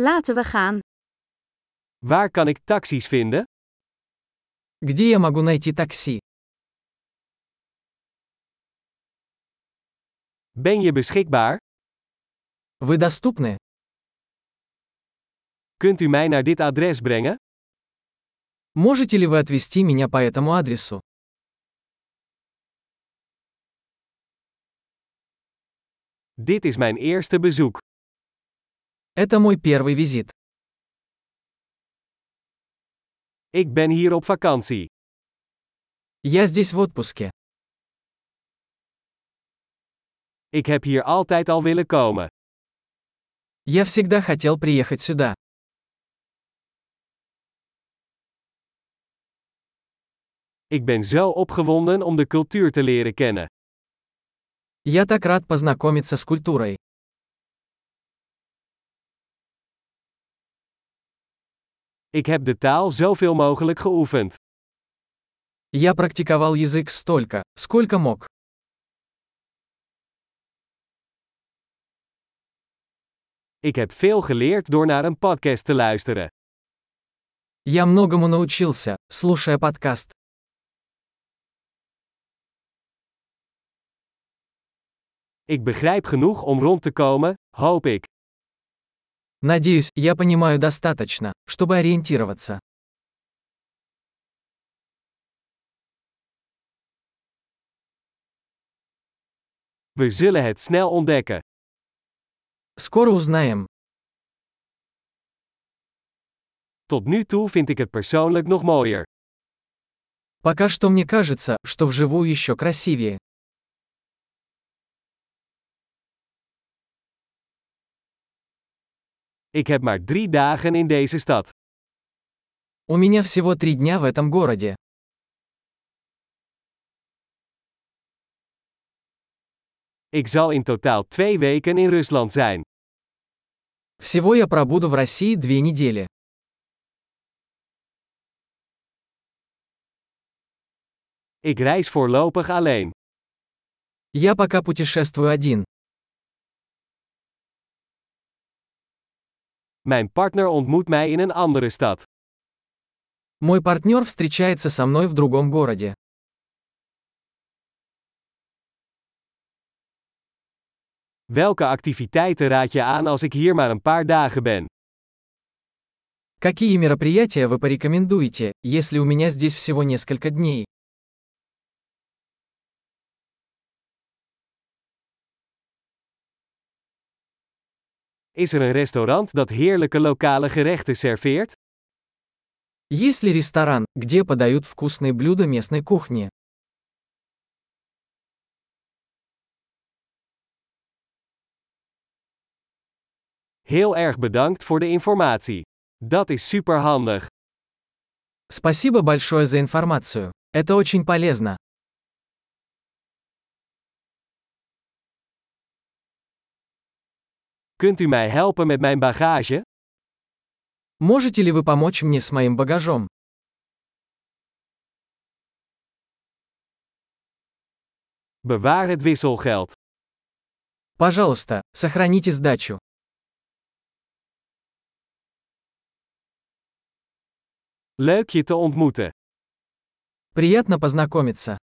Laten we gaan. Waar kan ik taxis vinden? Где я могу найти такси? Ben je beschikbaar? Вы доступны? Kunt u mij naar dit adres brengen? Можете ли вы отвезти меня по этому адресу? Dit is mijn eerste bezoek. Это мой первый визит. Ik ben hier op vakantie. Я здесь в отпуске. Ik heb hier altijd al willen komen. Я всегда хотел приехать сюда. Ik ben zo opgewonden om de cultuur te leren kennen. Я так рад познакомиться с культурой. Ik heb de taal zoveel mogelijk geoefend. Я практиковал язык столько, сколько мог. Ik heb veel geleerd door naar een podcast te luisteren. Я многому научился, слушая подкаст. Ik begrijp genoeg om rond te komen, hoop ik. Надеюсь, я понимаю достаточно, чтобы ориентироваться. We zullen het snel ontdekken. Скоро узнаем. Tot nu toe vind ik het persoonlijk nog mooier. Пока что мне кажется, что вживую еще красивее. Ik heb maar drie dagen in deze stad. У меня всего три дня в этом городе. Ik zal in totaal twee weken in Rusland zijn. Всего я пробуду в России две недели. Ik reis voorlopig alleen. Я пока путешествую один. Mijn partner ontmoet mij in een andere stad. Мой партнер встречается со мной в другом городе. Welke activiteiten raad je aan als ik hier maar een paar dagen ben? Какие мероприятия вы порекомендуете, если у меня здесь всего несколько дней? Is er een restaurant dat heerlijke lokale gerechten serveert? Есть ли ресторан, где подают вкусные блюда местной кухни? Heel erg bedankt voor de informatie. Dat is superhandig. Спасибо большое за информацию. Это очень полезно. Kunt u mij helpen met mijn bagage? Можете ли вы помочь мне с моим багажом? Bewaar het wisselgeld. Пожалуйста, сохраните сдачу. Leuk je te ontmoeten. Приятно познакомиться.